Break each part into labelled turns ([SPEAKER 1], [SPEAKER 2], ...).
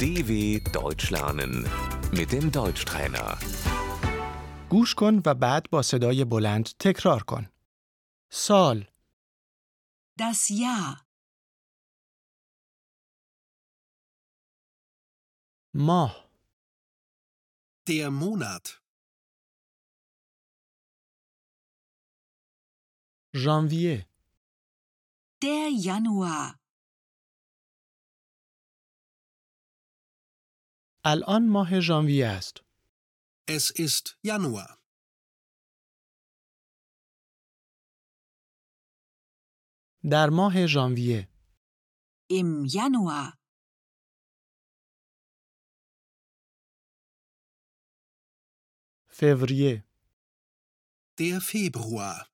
[SPEAKER 1] DW Deutsch lernen mit dem Deutschtrainer.
[SPEAKER 2] گوش کن و بعد با صدای بلند تکرار کن. سال،
[SPEAKER 3] Das Jahr,
[SPEAKER 2] ماه،
[SPEAKER 4] Der Monat.
[SPEAKER 2] ژانویه،
[SPEAKER 3] der Januar,
[SPEAKER 2] الان ماه ژانویه است.
[SPEAKER 4] Es ist Januar.
[SPEAKER 2] در ماه ژانویه،
[SPEAKER 3] im Januar,
[SPEAKER 2] فوریه،
[SPEAKER 4] Der Februar.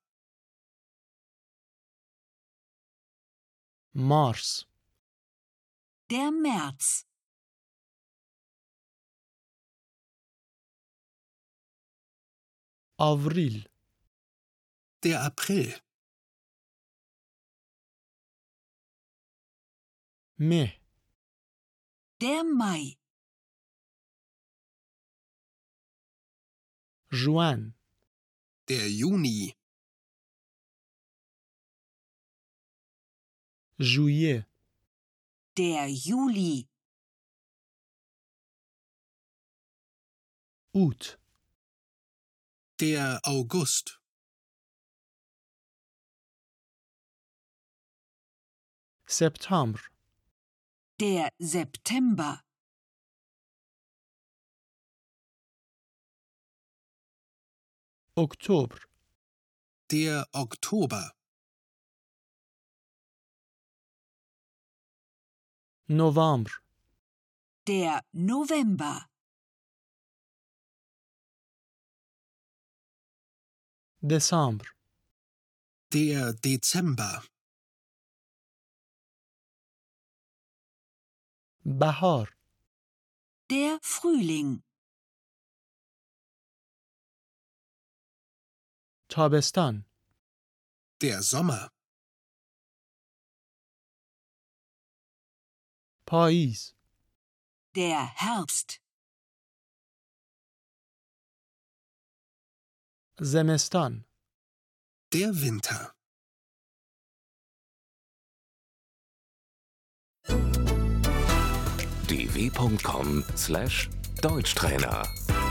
[SPEAKER 2] مارس،
[SPEAKER 3] der März,
[SPEAKER 2] آوریل،
[SPEAKER 4] Der April.
[SPEAKER 2] مه،
[SPEAKER 3] der Mai,
[SPEAKER 2] ژوئن،
[SPEAKER 4] Der Juni.
[SPEAKER 2] ژوئیه،
[SPEAKER 3] der Juli,
[SPEAKER 2] اوت،
[SPEAKER 4] Der August.
[SPEAKER 2] سپتامبر،
[SPEAKER 3] der September,
[SPEAKER 2] اکتبر،
[SPEAKER 4] Der Oktober.
[SPEAKER 2] نوامبر،
[SPEAKER 3] der November,
[SPEAKER 2] دسامبر،
[SPEAKER 4] Der Dezember.
[SPEAKER 2] بهار،
[SPEAKER 3] der Frühling,
[SPEAKER 2] تابستان،
[SPEAKER 4] Der Sommer.
[SPEAKER 2] پاییز،
[SPEAKER 3] der Herbst,
[SPEAKER 2] زمستان،
[SPEAKER 4] Der Winter.
[SPEAKER 1] dw.com/deutschtrainer